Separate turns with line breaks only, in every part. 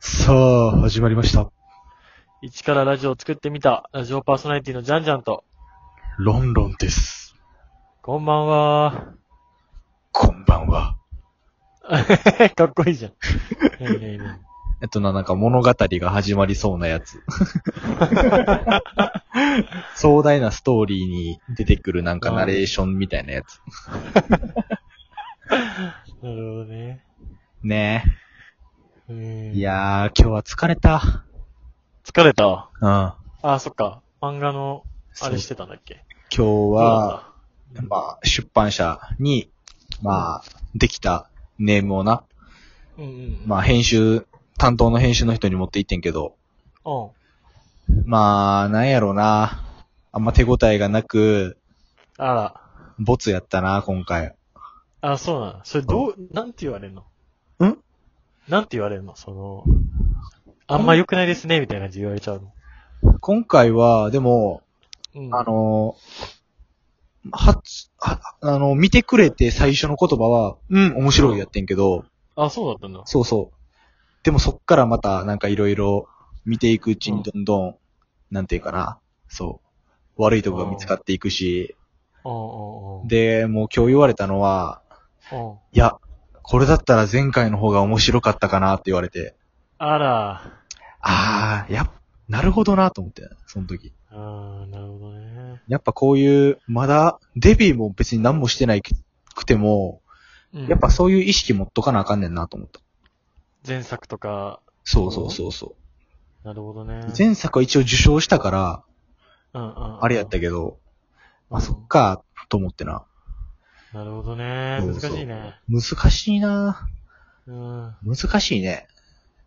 さあ、始まりました。
一からラジオを作ってみた、ラジオパーソナリティのジャンジャンと、
ロンロンです。
こんばんは。
こんばんは。
かっこいいじゃん。いやいやいや
えっとな、なんか物語が始まりそうなや つ。壮大なストーリーに出てくるなんかナレーションみたいなやつ。
なるほどね。
ね
うん
え。い、やー、今日は疲れた。
疲れた。
うん。今
あ、そっか。漫画の、あれしてたんだっけ
日は、、まあ、出版社に、まあ、できたネームをな、
うんうん。
まあ、編集、担当の編集の人に持って行ってんけど、
あ、うん。
まあ、なんやろうな。あんま手応えがなく、
あ
ボツやったな、今回。
ら。あ、そうなの。それどう、なんて言われんの
ん
なんて言われんのその、あんま良くないですね、みたいな感じで言われちゃうの。
今回は、でも、
うん
あ、のー、はつ、は、あの、見てくれて最初の言葉は、うん、面白いやってんけど、
あ、そうだったんだ。
そうそう。でもそっからまた、なんかいろいろ見ていくうちにどんどん、なんていうかな、そう、悪いとこが見つかっていくし、
うんうんうん。
で、もう今日言われたのは、
うん。
いや、これだったら前回の方が面白かったかなって言われて、
あら。
あー、やっ、なるほどなと思って、その時。
ああ、なるほどね。
やっぱこういう、まだ、デビューも別に何もしてないくても、
うん
やっぱそういう意識持っとかなあかんねんなと思った。
前作とか、
そうそうそうそ
なるほどね
う。。前作は一応受賞したから、
うんうん、
あれやった
け
けど、
ど
あ、そっ。か、と思ってな。
なるほどね。
そう
難
そう
しいね。
難しいな
うん。
難しいね。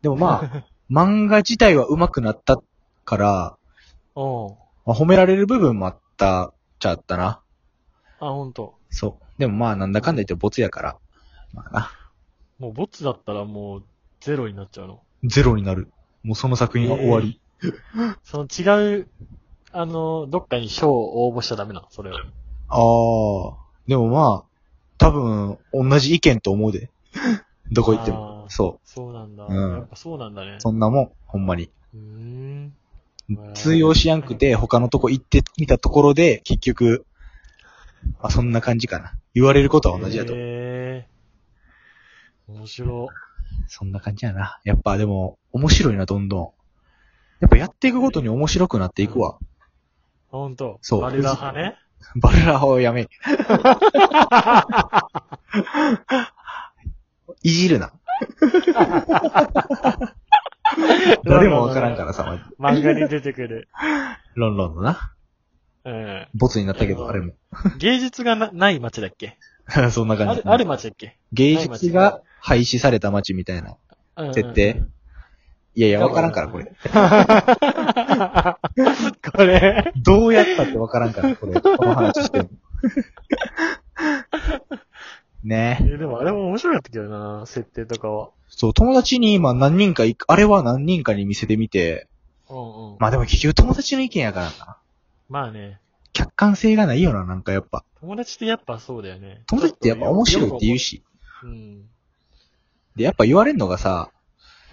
でも まあ、漫画自体は上手くなったから、
おう
まあ、褒められる部分もあった、ちゃったな。
あ、ほんと。
そう。でもまあ、なんだかんだ言ってボツやから。まあな。
もう、ボツだったらもう、ゼロになっちゃうの。
ゼロになる。もうその作品は終わり。
その違う、あの、どっかに賞を応募しちゃダメなの、それを。
ああ。でもまあ、多分、同じ意見と思う で。どこ行っても
あ。ー
そう。
そうなんだ。
うん
やっぱそうなんだね。
そんなもん、ほんまに。
うーん。
通用しやんくて、他のとこ行ってみたところで、結局、あ、そんな感じかな。言われることは同じやと。
へー。面白。
そんな感じやな。やっぱでも、面白いな、どんどん。やっぱやっていくごとに面白くなっていくわ。
あほんと。
そう
バルラ派ね。
バルラをやめ。いじるな。 誰もわからんからさ、マジで
漫画に出てくる。
ロンロンのな。
うん。
ボツになったけど、あれも。
芸術がなない街だっけ
そんな
あ
感じ
る、。ある街だっけ
芸術が廃止された街みたいな。
うんうん
設定いやいや、わからんから、これ。
これ、
どうやったってわからんから、これ。この話しても。ね
え
え。
でもあれも面白かったけどな、設定とかは。
そう、友達に今何人かい、あれは何人かに見せてみて、
うんうん。
まあでも結局友達の意見やからな。
まあね、
客観性がないよな、なんかやっぱ。
友達ってやっぱそうだよね。
友達ってやっぱ面白いって言う
し。
し。
うん。
で、やっぱ言われんのがさ、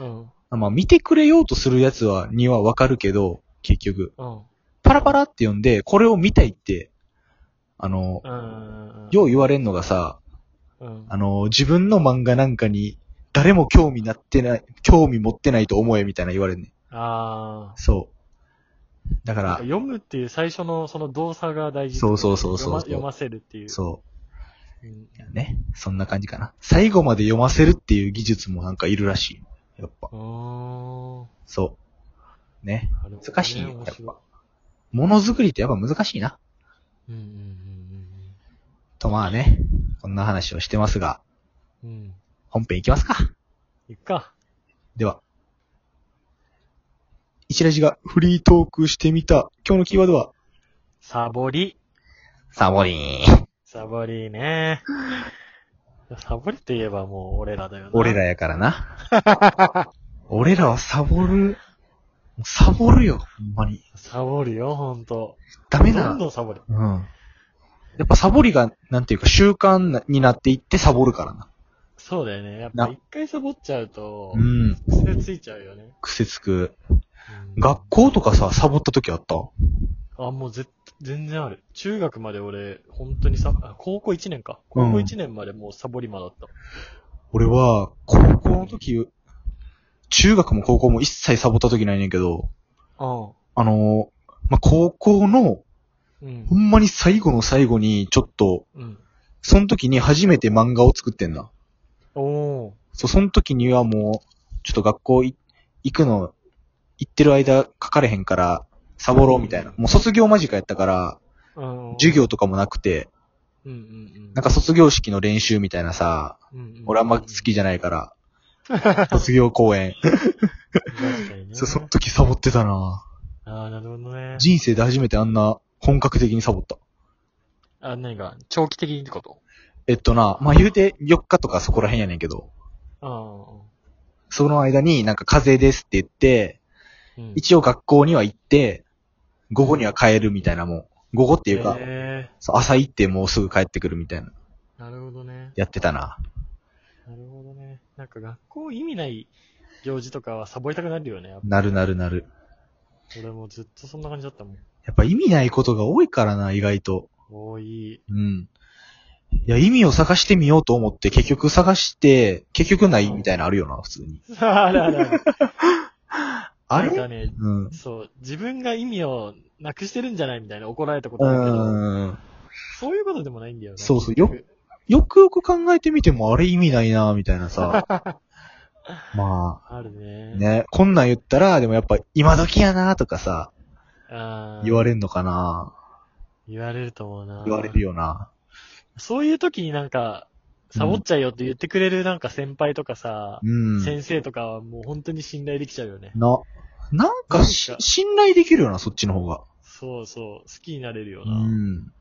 うん。
まあ見てくれようとするやつは、にはわかるけど、結局。
うん。
パラパラって読んで、これを見たいって、あの、
うん。
よう言われんのがさ、
うん。
あの、自分の漫画なんかに、誰も興味なってない、興味持ってないと思え、みたいな言われんねん。
あ
そう。だか
あ。
ら、
読むっていう最初のその動作が大事。
そうそうそうそう
読ま読ませるっていう。
そ
うん
う。ね。そんな感じかな。最後まで読ませるっていう技術もなんかいるらしい。やっぱ。
うーん。
そう。ね。
なるほどね
難しいよ
面
やっ
白い
ものづくりってやっぱ難しいな。
うんうんうん
とまあね。こんな話をしてますが、
うん。うん。
本編いきますか。
いっか。
では。一ラジがフリートークしてみた。今日のキーワードは、
サボり。
サボリン。
サボりね。 サボりといえばもう俺らだよな。
俺ら。やからな。俺らはサボる、サボるよ、ほんまに。
サボるよ、ほんと。
ダメ
ど
だ
ん。どんサボる。
うん。やっぱサボりが、なんていうか習慣になっていってサボるからな。
そうだよね。やっ
な
ぱ一回サボっちゃうと
う、ん。
癖ついちゃうよね。
癖つく。
うん
学校とかさ、サボった時あった
あ、もうぜ、全然ある。中学まで俺、本当にさ、あ高校1年か。高校1年までもうサボり魔だった。
俺は、高校の時、中学も高校も一切サボった時ないねんけど、
あ
あのーまあ、高校の、
あ。うん
ほ。んまに最後の最後に、ちょっと、
うん。
その時に初めて漫画を作ってんな。
おお
そう、その時にはもう、ちょっと学校い行くの、行ってる間書かれへんから、サボろうみたいな。もう卒業間近やったから、
ー。うん
授業とかもなくて、
うんうんうん。
なんか卒業式の練習みたいなさ、
うんうんうん、
俺あんま好きじゃないから、卒業公 演。
確かにね。
そう、その時サボってたな
ああ、なるほどね。
人生で初めてあんな本格的にサボった。
あ、何が、長期的にってこと
えっとな、まあ、言うて4日とかそこら辺やねんけど、
あ
その間になんか風邪ですって言って、
あ。うん
一応学校には行って、午後には帰るみたいなもん。午後っていうか、
へ
そう朝行ってもうすぐ帰ってくるみたいな。
ーなるほどね。
やってたな。
なるほどね。なんか学校意味ない行事とかはサボりたくなるよね。やっぱ
なるなるなる。
俺もずっとそんな感じだったもん。
やっぱ意味ないことが多いからな、意外と。
多い。
うん。いや、意味を探してみようと思って、結局探して、結局ないみたいなのあるよな、普通に。
あらあらあら。
あ
なん
れ
かね、
うん。
そう、自分が意味をなくしてるんじゃないみたいな怒られたこと
う
あるけど、
ーん。
そういうことでもないんだよね。
そうそうよよくよく考えてみても、あれ意味ないな、みたいな さ。ま
ある
あ、
ね。
ね、こんなん言ったら、でもやっぱ、今時やな、とかさ、
あ
言わ
れ。
れんのかな。
言われると思うな。
言われるよな。
そういう時になんか、サボっちゃうよって言ってくれるなんか先輩とかさ、
うん。
先生とかはもう本当に信頼できちゃうよね。
な、なんかし
なんか
信頼できるよな、そっちの方が。
そうそう、好きになれるよ
う
な。
ん。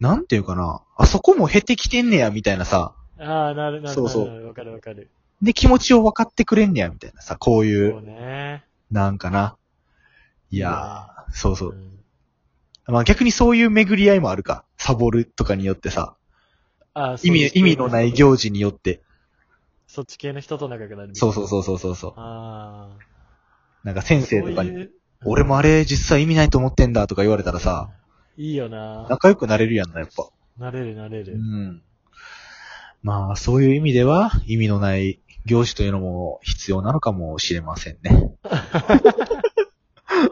なんていうかな、あそこも減ってきてんねや、みたいなさ。
ああ、なるなるなる。
そうそう
わかるわかる。
で、気持ちを分かってくれんねや、みたいなさ、こうい
そう
う、
ね。
なんかな。い
い
やー、そうそうう。
ん
まあ逆にそういう巡り合いもあるか。サボるとかによってさ、
あー
意味、意味のない。行事によって。
そっち系の人と仲良くなる。。
そうそううそうそうそうそう。
ああ。
なんか先生とか
そう
に、
いう
俺もあれ実際意味ないと思ってんだとか言われたらさ、
いいよな。
仲良くなれるやんな、やっぱ。
なれるなれ
う
る。
ん。まあ、そういう意味では、意味のない行事というのも必要なのかもしれませんね。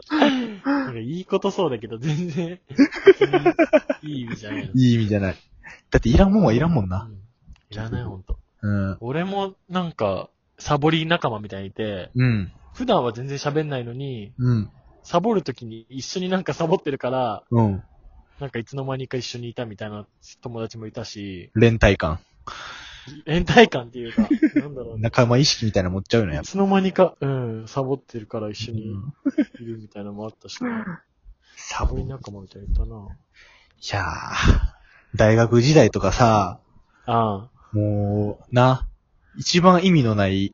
なんかいいことそうだけど、全然、いい意味じゃないの。
いい意味じゃない。だっていらんもんはいらんもんな
う。んいらない、ほんと。
うん。
俺もなんか、サボり仲間みたいにいて、
うん。
普段は全然喋んないのに、
うん。
サボるときに一緒になんかサボってるから、
うん。
なんかいつの間にか一緒にいたみたいな友達もいたし、
連帯感。
連帯感ってい うか、なんだろうね。
仲間意識みたいなの持っちゃうよね、や
い
っぱ。
つの間にか、うん、サボってるから一緒に
うん
いるみたいなのもあったし、
サ
サ
ボ
ボ
り
り
な。い
仲間みたいにいたな。
やー、大学時代とかさ、
ああ、
もう、な、一番意味のない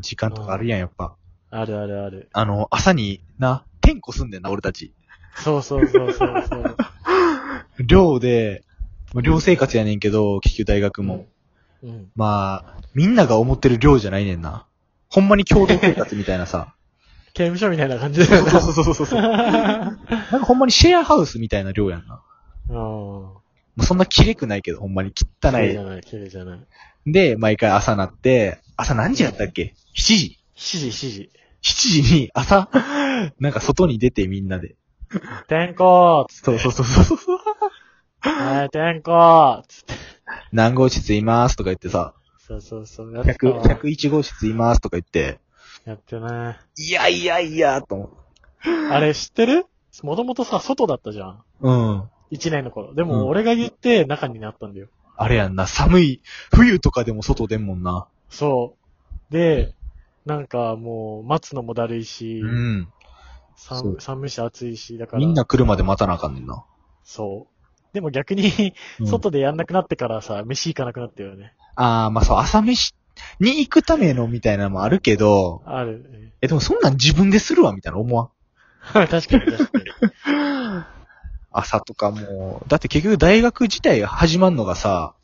時間とかあるやん、やっぱ。
あるあるある。
あの、朝に、な、天候すんでんな、俺たち。
そうそうそうそ うそう。
寮で、まあ寮生活やねんけど、結局大学も。
うん。
まあ、みんなが思ってる寮じゃないねんな。ほんまに共同生活みたいな さ。
刑務所みたいな感じだよな。
そうそうそうそう。なん
あ
かほんまにシェアハウスみたいな寮やんな。
あ。
もうそんな綺麗くないけど、ほんまに汚
綺麗じゃ
い。
ない、綺麗じゃない。
で、毎回朝なって、朝何時やったっけ ?7 時。
7時、7時。
7時に朝、 なんか外に出てみんなで。
天候つって。
そうそうそうそうそう。
はい、天候つって。
何号室いますとか言ってさ、
そうそうそう。やってた
100
わ、
101号室いますとか言って、
やってね。
いやいやいや、と思って。
あれ知ってるもともとさ、外だったじゃん。
うん。
1年の頃。で
うん
も、俺が言って中になったんだよ。
あれやんな、寒い、冬とかでも外出んもんな。
そう。で、なんかもう、待つのもだるいし、
うん。そ
寒
う
寒いし暑いし、だから。
みんな来るまで待たなあかんねんな。
そう。でも逆に、
うん
外でやんなくなってからさ、飯行かなくなったよね。
あー、まあそう、朝飯に行くためのみたいなのもあるけど、
ある ね。
え、でもそんなん自分でするわ、みたいな思わん。
確かに確かに。
朝とかもう、だって結局大学自体が始まんのがさ、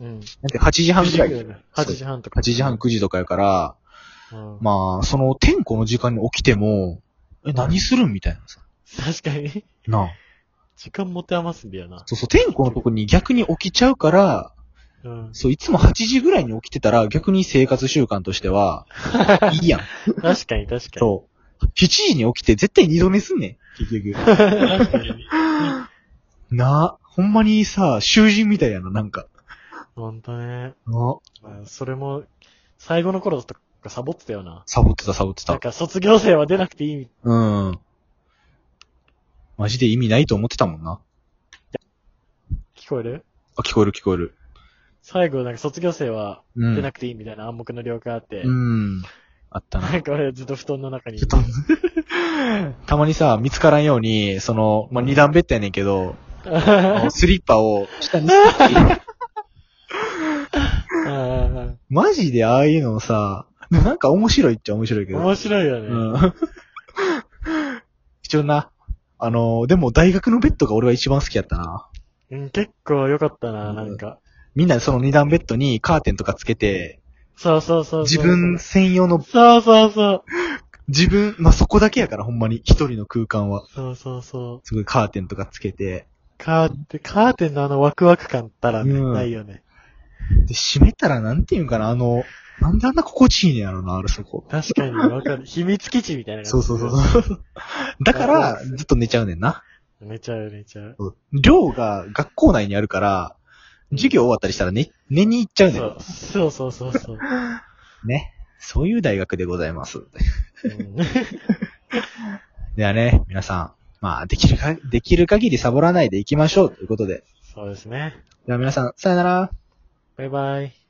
うん。
なんて8時半ぐらい。
8時半とか。
8時半、9時とかやから、
うん。
まあ、その天候の時間に起きても、え、何するんみたいなさ。
確かに。
なあ。
時間持て余すんだよな。
そうそう、天候のとこに逆に起きちゃうから、
うん。
そう、いつも8時ぐらいに起きてたら、逆に生活習慣としては、いいやん。
確かに確かに。
そう。7時に起きて絶対二度寝すんねん。結局。
確かに。
なあ、ほんまにさ、囚人みたいやな、なんか。
ほんとね。
なあ、
まあそれも、最後の頃とかサボってたよな。
サボってた、サボって
なん
た。
か卒業生は出なくていいみ
うん。マジで意味ないと思ってたもんな。
聞こえる
あ、聞こえる聞こえる。
最後なんか卒業生は
う。
出なんくていいみたいな暗黙の了解あって。
うん。あったな。
なんか俺ずっと布団の中に。
ちょっとたまにさ、見つからんように、その、まあ、二段ベッドやねんけ ど、あのスリッパを下にすって。
うん
マジでああいうのさ、でもなんか面白いっちゃ面白いけど。
面白いよね。
うん。一応な、あの、でも大学のベッドが俺は一番好きやったな。
うん、結構良かった
う
な、
ん
なんか。
みんなその二段ベッドにカーテンとかつけて、
そうそうそうそ
自
う。
分専用の、
そうそうそう。
自分、まあ、そこだけやからほんまに、一人の空間は。
そうそうそう。
すごいカーテンとかつけて、
カーテン、カーテンのあのワクワク感ったらね、
うん
ないよね。
で、閉めたらなんていうんかな、あの、なんであんな心地いいねやろな、あれそこ。
確かに、わかる。秘密基地みたいな
そ
感
う
じ。
そう そう。だから、ずっと寝ちゃうねんな。
寝ちゃう、寝ちゃう。
寮が学校内にあるから、授業終わったりしたら寝、寝に行っちゃうね
そうそうそうそうそう。
ん。ね。そういう大学でございます。
うん
ではね、皆さん、まあ、できるか、できる限りサボらないでいきましょうということで。
そうですね。
では皆さん、さよなら。
バイバイ。